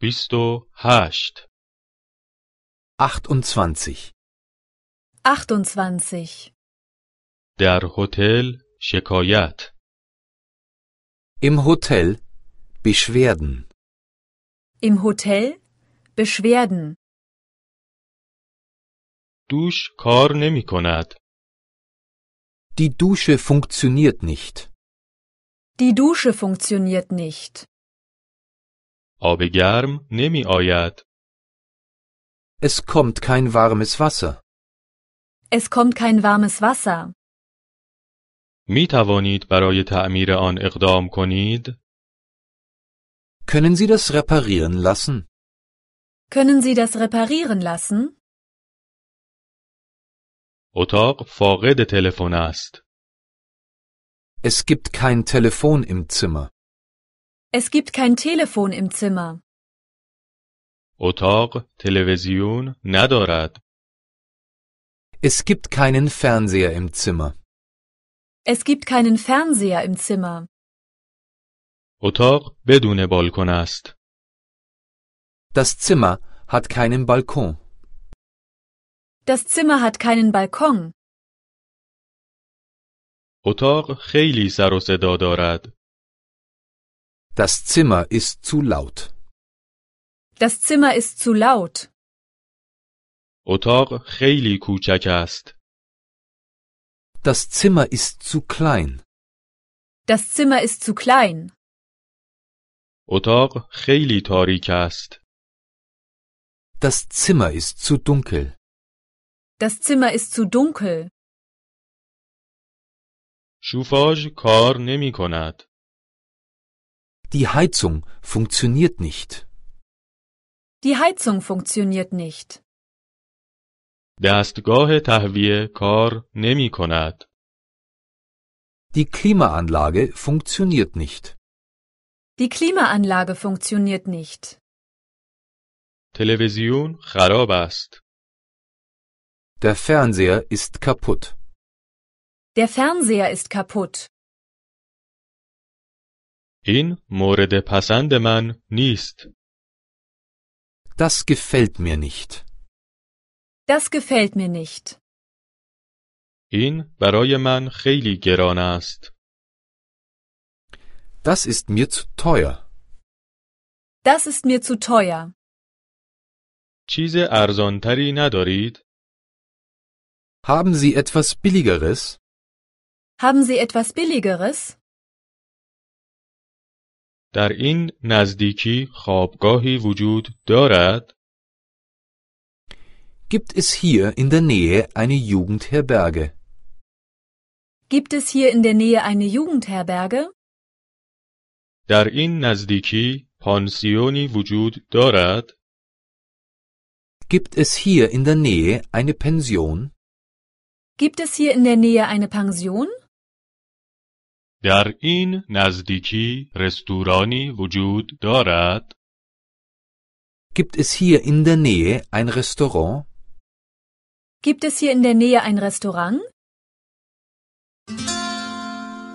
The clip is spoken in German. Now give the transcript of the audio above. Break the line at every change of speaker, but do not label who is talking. بیست و هشت
28.
28.
در هتل شکایت
Im Hotel Beschwerden.
Im Hotel Beschwerden.
دوش کار نمی کند
Die Dusche funktioniert nicht.
Die Dusche funktioniert nicht.
آب گرم نمی آید
Es kommt kein warmes Wasser.
Es kommt kein warmes Wasser.
می توانید برای تعمیر آن اقدام کنید
Können Sie das reparieren lassen?
Können Sie das reparieren lassen?
اتاق فاقد تلفن است
Es gibt kein Telefon im Zimmer.
Es gibt kein Telefon im Zimmer.
اتاق تلویزیون ندارد
Es gibt keinen Fernseher im Zimmer.
Es gibt keinen Fernseher im Zimmer.
اتاق بدون بالکن است
Das Zimmer hat keinen Balkon.
Das Zimmer hat keinen Balkon.
اتاق خیلی سر و صدا دارد
Das Zimmer ist zu laut.
Das Zimmer ist zu laut.
اتاق خیلی کوچک است
Das Zimmer ist zu klein.
Das Zimmer ist zu klein.
اتاق خیلی تاریک است
Das Zimmer ist zu dunkel.
Das Zimmer ist zu dunkel.
شوفاژ کار نمی کند
Die Heizung funktioniert nicht.
Die Heizung funktioniert nicht.
دستگاه تهویه کار نمی کند
Die Klimaanlage funktioniert nicht.
Die Klimaanlage funktioniert nicht.
تلویزیون خراب است
Der Fernseher ist kaputt.
Der Fernseher ist kaputt.
این مورد پسند من نیست
Das gefällt mir nicht.
Das gefällt mir nicht.
این برای من خیلی گران است
Das ist mir zu teuer.
Das ist mir zu teuer.
چیز ارزانتری ندارید
Haben Sie etwas Billigeres?
Haben Sie etwas Billigeres?
در این نزدیکی خوابگاهی وجود دارد
Gibt es hier in der Nähe eine Jugendherberge?
Gibt es hier in der Nähe eine Jugendherberge?
در این نزدیکی پانسیونی وجود دارد
Gibt es hier in der Nähe eine Pension?
Gibt es hier in der Nähe eine Pension?
در این نزدیکی رستورانی وجود دارد
Gibt es hier in der Nähe ein Restaurant?
Gibt es hier in der Nähe ein Restaurant?